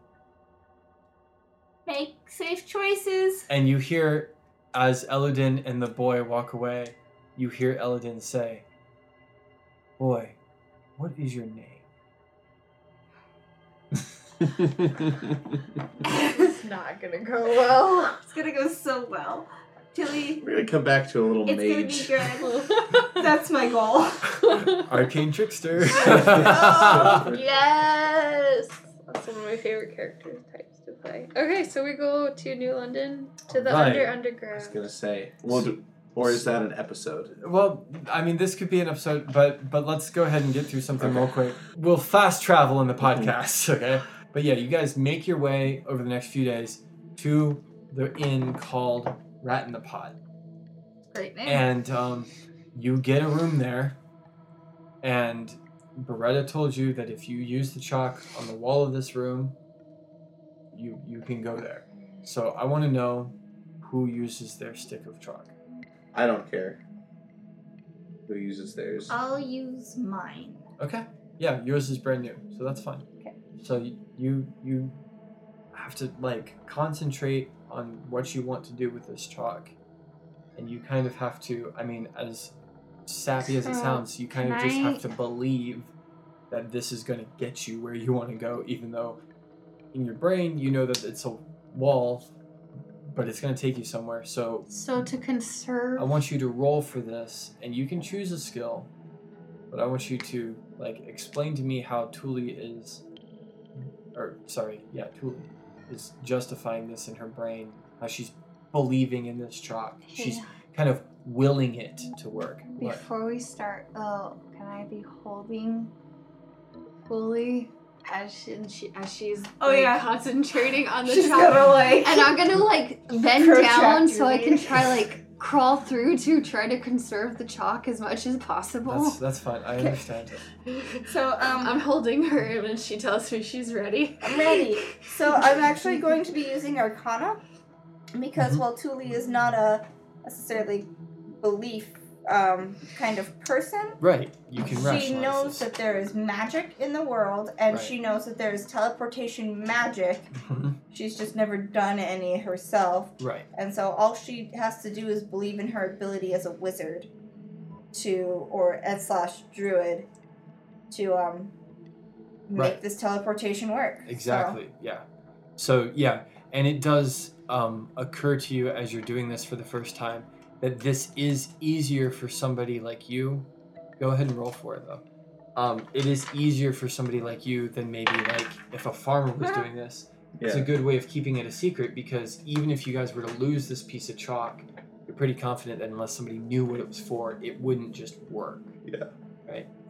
Make safe choices. <laughs> and you hear as Eladin and the boy walk away, you hear Eladin say, "Boy, what is your name?" It's not gonna go <laughs> Oh, well. It's gonna go so well. Tilly, We're gonna come back to a little it's mage. gonna be good. That's my goal. Arcane trickster. yes. That's one of my favorite character types to play. Okay, so we go to New London to the Right. under I was underground. gonna say. Well, do, or is that an episode? <laughs> Well, I mean, this could be an episode, but but let's go ahead and get through something Okay. real quick. We'll fast travel in the podcast, <laughs> okay? But yeah, you guys make your way over the next few days to the inn called Rat in the Pot, Great name. and um, you get a room there. And Beretta told you that if you use the chalk on the wall of this room, you you can go there. So I want to know who uses their stick of chalk. I don't care. Who uses theirs? Uh, I'll <laughs> use mine. Okay. Yeah, yours is brand new, so that's fine. Okay. So y- you you have to like concentrate on what you want to do with this chalk, and you kind of have to. I mean, as sappy as it So, sounds, you kind can of just I- have to believe that this is going to get you where you want to go, even though in your brain you know that it's a wall, but it's going to take you somewhere. So So to conserve. I want you to roll for this, and you can choose a skill, but I want you to like explain to me how Thule is, or sorry, yeah, Thule is justifying this in her brain, how she's believing in this chalk. She's Hey, kind of willing it to work. What? before we start, though, can I be holding fully? as she, and she as she's Oh, like, yeah. concentrating on the She's child. gonna, like And I'm gonna like bend Protract down your so I can legs. try like crawl through to try to conserve the chalk as much as possible. That's that's fine. <laughs> I understand. So um, I'm holding her and when she tells me she's ready. I'm ready. So I'm actually going to be using Arcana because Mhm. while Thule is not a necessarily belief um, kind of person, Right. You can she rationalize knows this. that there is magic in the world, and Right. she knows that there is teleportation magic. Mhm. She's just never done any herself, <laughs> right. and so all she has to do is believe in her ability as a wizard, to or as slash druid, to um make Right. this teleportation work. So- Exactly. Yeah. So yeah, and it does um, occur to you as you're doing this for the first time that this is easier for somebody like you. Go ahead and roll for it though. Um, it is easier for somebody like you than maybe like if a farmer was doing this. It's a good way of keeping it a secret because even if you guys were to lose this piece of chalk, you're pretty confident that unless somebody knew what it was for, it wouldn't just work.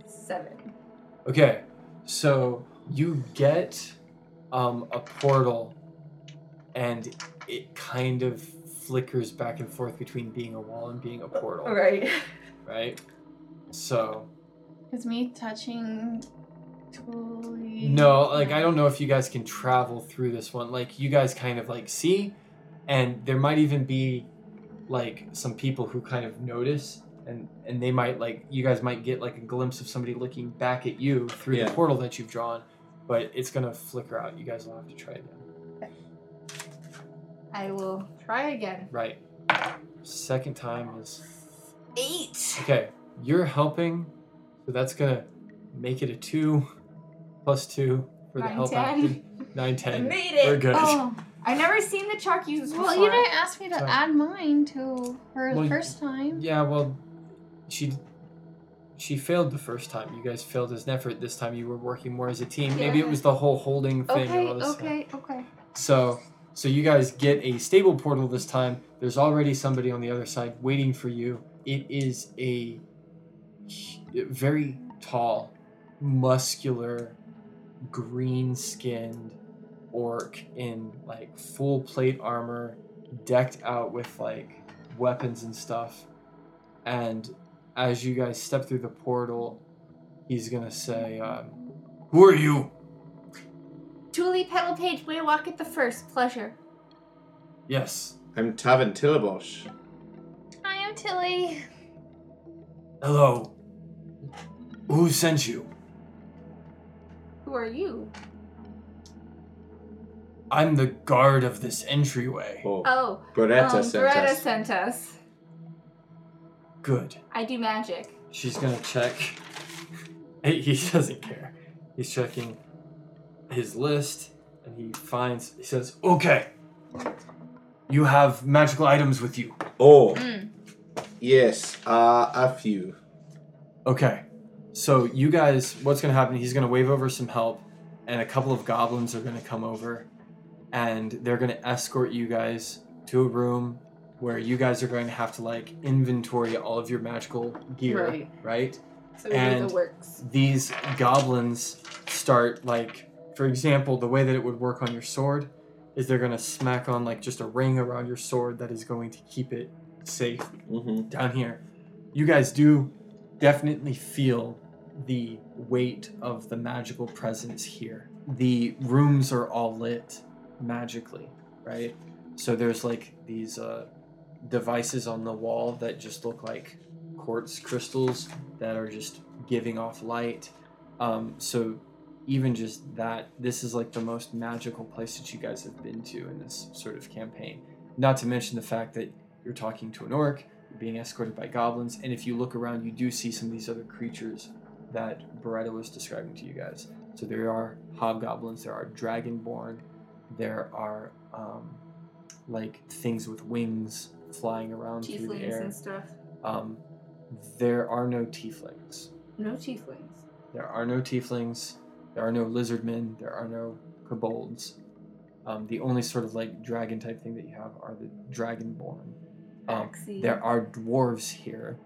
Seven. Okay, so you get um, a portal, and it kind of flickers back and forth between being a wall and being a portal, <laughs> Right. right? So Is me touching Tuli? no, like I don't know if you guys can travel through this one. Like you guys kind of like see, and there might even be like some people who kind of notice. And, and they might like you guys might get like a glimpse of somebody looking back at you through the Yeah. portal that you've drawn, but it's gonna flicker out. You guys will have to try again. I will. Try again. Right. Second time is Eight. okay. You're helping, so that's gonna make it a two plus two for the Nine, help ten. acting. Nine I <laughs> ten. made it. We're good. Oh, I've never seen the chalk used before. Well, you didn't ask me to Sorry. add mine to her Well, the first time. Yeah. Well, she she failed the first time. You guys failed as an effort. This time you were working more as a team. Maybe it Yeah. was the whole holding thing. and Okay, all this stuff. okay, okay. So so you guys get a stable portal this time. There's already somebody on the other side waiting for you. It is a hu- very tall, muscular, green-skinned orc in like full plate armor, decked out with like weapons and stuff. And as you guys step through the portal, he's gonna say, um, "Who are you?" Tuli Petal Page, we walk at the first. Pleasure. Yes, I'm Tavin Tillabosh. Hi, I'm Tilly. Hello. Who sent you? Who are you? I'm the guard of this entryway. Oh, Uh, Oh, Beretta um, sent Beretta us. sent us. Good. I do magic. She's gonna check. <laughs> Hey, He doesn't care. He's checking his list and he finds, he says, Okay, you have magical items with you. oh, Hmm. Mm. yes, uh, a few. Okay. So you guys, what's gonna happen? He's gonna wave over some help, and a couple of goblins are gonna come over, and they're gonna escort you guys to a room where you guys are going to have to like inventory all of your magical gear, Right. right? So we do And- the works. These goblins start like, for example, the way that it would work on your sword is they're gonna smack on like just a ring around your sword that is going to keep it safe Mm-hmm. down here, you guys do definitely feel the weight of the magical presence here. The rooms are all lit magically, right? So there's like these uh, devices on the wall that just look like quartz crystals that are just giving off light. Um, so even just that, this is like the most magical place that you guys have been to in this sort of campaign. Not to mention the fact that you're talking to an orc, you're being escorted by goblins, and if you look around, you do see some of these other creatures that Beretta was describing to you guys. So there are hobgoblins, there are dragonborn, there are um, like things with wings flying around through the Tieflings air. and stuff. Um, there are no tieflings. No tieflings. There are no tieflings. There are no lizardmen. There are no kobolds. Um, the only sort of like dragon type thing that you have are the dragonborn. Um, Axie. there are dwarves here.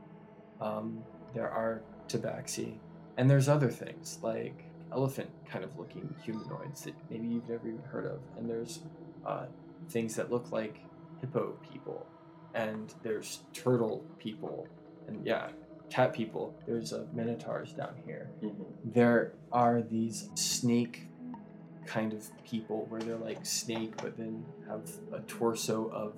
Um, there are tabaxi. And there's other things like elephant kind of looking humanoids that maybe you've never even heard of. And there's uh, things that look like hippo people. And there's turtle people. And yeah, cat people. There's uh, minotaurs down here mm-hmm. there are these snake kind of people where they're like snake but then have a torso of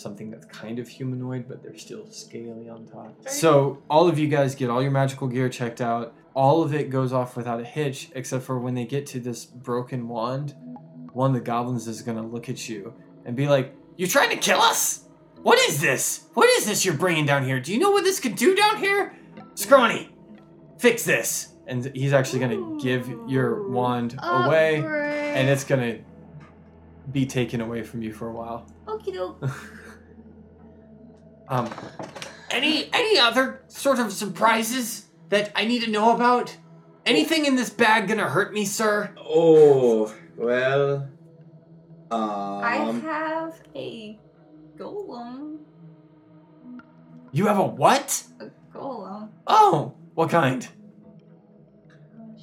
something that's kind of humanoid but they're still scaly on top so all of you guys get all your magical gear checked out all of it goes off without a hitch except for when they get to this broken wand one of the goblins is going to look at you and be like you're trying to kill us what is this what is this you're bringing down here do you know what this could do down here scrawny fix this and he's actually going to give your wand Oh, away and it's gonna be taken away from you for a while. Okie doke. Um, any any other sort of surprises that I need to know about? Anything in this bag gonna hurt me, sir? Oh well. Um, I have a golem. You have a what? A golem. Oh, what kind?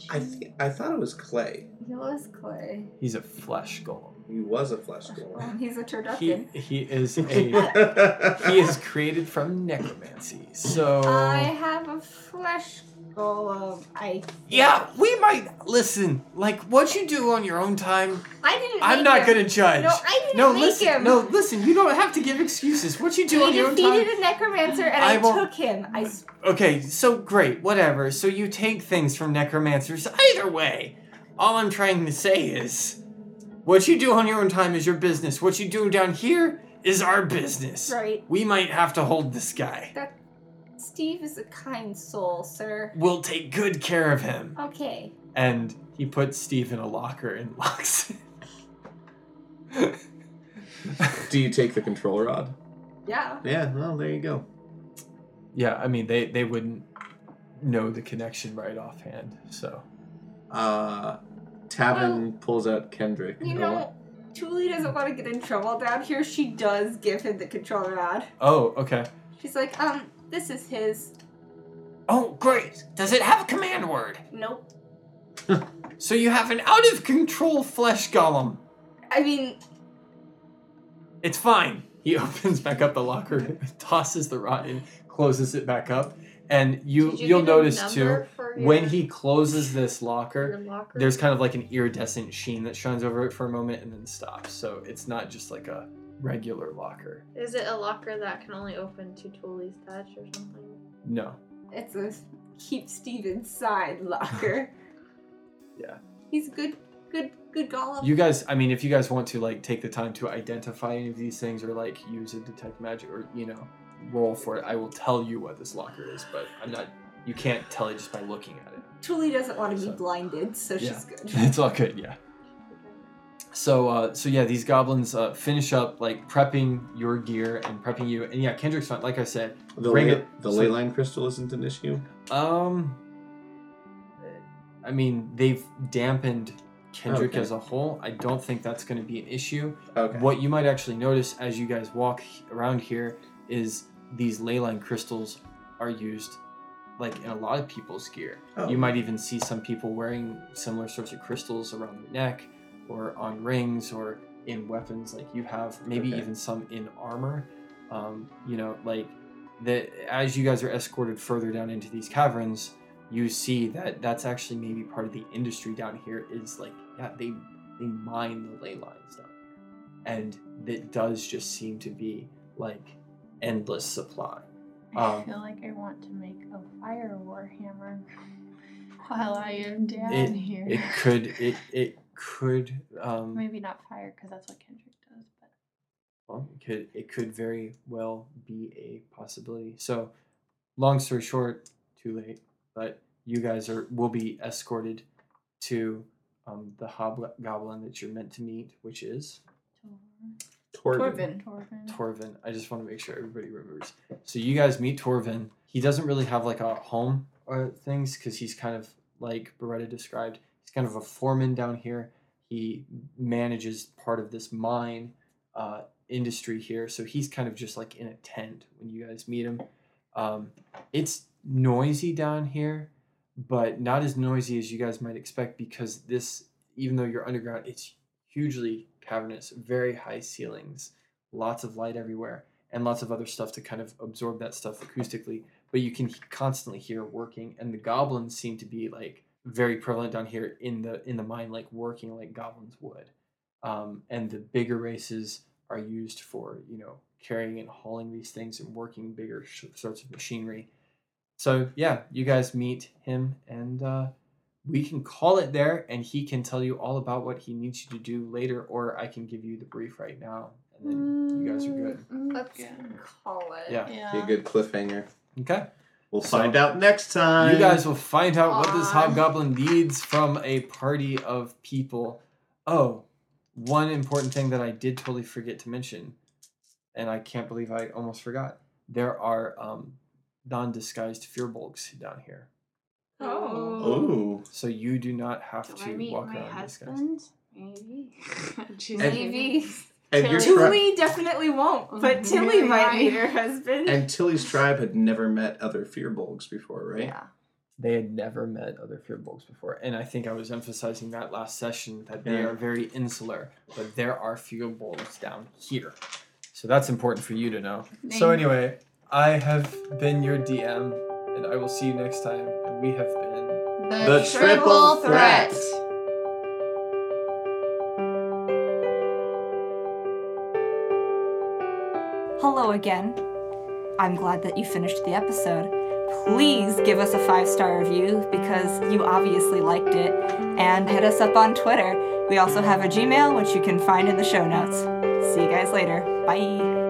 I thi- I thought it was clay. He was clay. He's a flesh golem. He was a flesh <laughs> golem. Um, he's a turducken. He he <laughs> is a he he is created from necromancy. So I have a flesh golem. I yeah, we might listen. Like what you do on your own time, I didn't. I'm make not him. gonna judge. No, I didn't No, make listen. him. No, listen. You don't have to give excuses. What you do We on your own time. defeated a necromancer and I I, won't- took him. I s- Okay, so great, whatever. So you take things from necromancers. Either way, all I'm trying to say is, what you do on your own time is your business. What you do down here is our business. right. We might have to hold this guy. Steve is a kind soul, sir. We'll take good care of him. Okay. And he puts Steve in a locker and <laughs> locks. it. Do you take the control rod? Yeah. Yeah. Well, there you go. yeah, I mean they they wouldn't know the connection right offhand. So Uh, Tavin pulls out Kendrick. You Oh, know, Tuli doesn't want to get in trouble down here. She does give him the control rod. oh okay. She's like, um, this is his. Oh great! Does it have a command word? Nope. So you have an out of control flesh golem. I mean, It's fine. He <laughs> opens back up the locker, tosses the rod in, closes it back up, and you, Did you you will get a notice too number for when your- he closes this locker, your locker? there's kind of like an iridescent sheen that shines over it for a moment and then stops. So it's not just like a regular locker. Is it a locker that can only open to Tully's touch or something? No. it's a keep Steve inside locker. <laughs> Yeah. He's a good, good, good golem. You guys, I mean, if you guys want to like take the time to identify any of these things or like use a detect magic or you know roll for it, I will tell you what this locker is. But I'm not. You can't tell it just by looking at it. Tuli doesn't want to be So- blinded, so Yeah. she's good. <laughs> it's all good yeah so uh so yeah these goblins uh finish up like prepping your gear and prepping you and yeah kendrick's not like i said The Bring ley- it. the So- ley line crystal isn't an issue. um i mean they've dampened kendrick Okay. as a whole i don't think that's going to be an issue Okay. What you might actually notice as you guys walk h- around here is these ley line crystals are used like in a lot of people's gear. Oh. You might even see some people wearing similar sorts of crystals around their neck or on rings or in weapons like you have, maybe Okay. even some in armor. Um, you know, like that as you guys are escorted further down into these caverns, you see that that's actually maybe part of the industry down here is like yeah, they they mine the ley lines down and it does just seem to be like endless supply. I Um, feel like I want to make a fire warhammer while I am down It- here. It could it it could um <laughs> Maybe not fire because that's what Kendrick does, but well, it could it could very well be a possibility. So long story short, too late, but you guys are will be escorted to um, the hobgoblin that you're meant to meet, which is Torvin. Torvin. Torvin. I just want to make sure everybody remembers. So you guys meet Torvin. He doesn't really have like a home or things because he's kind of like Beretta described. He's kind of a foreman down here. He manages part of this mine uh, industry here, so he's kind of just like in a tent when you guys meet him. Um, it's noisy down here, but not as noisy as you guys might expect because this, even though you're underground, it's hugely cavernous, very high ceilings lots of light everywhere and lots of other stuff to kind of absorb that stuff acoustically but you can he- constantly hear working and the goblins seem to be like very prevalent down here in the in the mine like working like goblins would um, and the bigger races are used for you know carrying and hauling these things and working bigger sh- sorts of machinery so yeah you guys meet him and uh, we can call it there and he can tell you all about what he needs you to do later or i can give you the brief right now and then you guys are good. Mm, Mm, Let's call it. Yeah. Be a good cliffhanger. Okay. We'll So- find out next time. You guys will find out what this Aw. hobgoblin needs from a party of people. Oh, one important thing that I did totally forget to mention, and I can't believe I almost forgot. There are um, non disguised fear bulks down here. Oh. Ooh. So you do not have Do to I meet walk my around disguised. husband? Maybe. <laughs> She's And- maybe. And, your Tilly. tri- Tilly definitely won't, but Tilly Really might might. meet her husband. and Tilly's tribe had never met other fearbolgs before, right? Yeah. They had never met other fear bulks before. And I think I was emphasizing that last session that they Yeah. are very insular, but there are fear bulks down here. So that's important for you to know. So anyway, I have been your DM, and I will see you next time. And we have been. The triple threat. Hello again. I'm glad that you finished the episode. Please give us a five star review because you obviously liked it. And hit us up on Twitter. We also have a Gmail, which you can find in the show notes. See you guys later. Bye.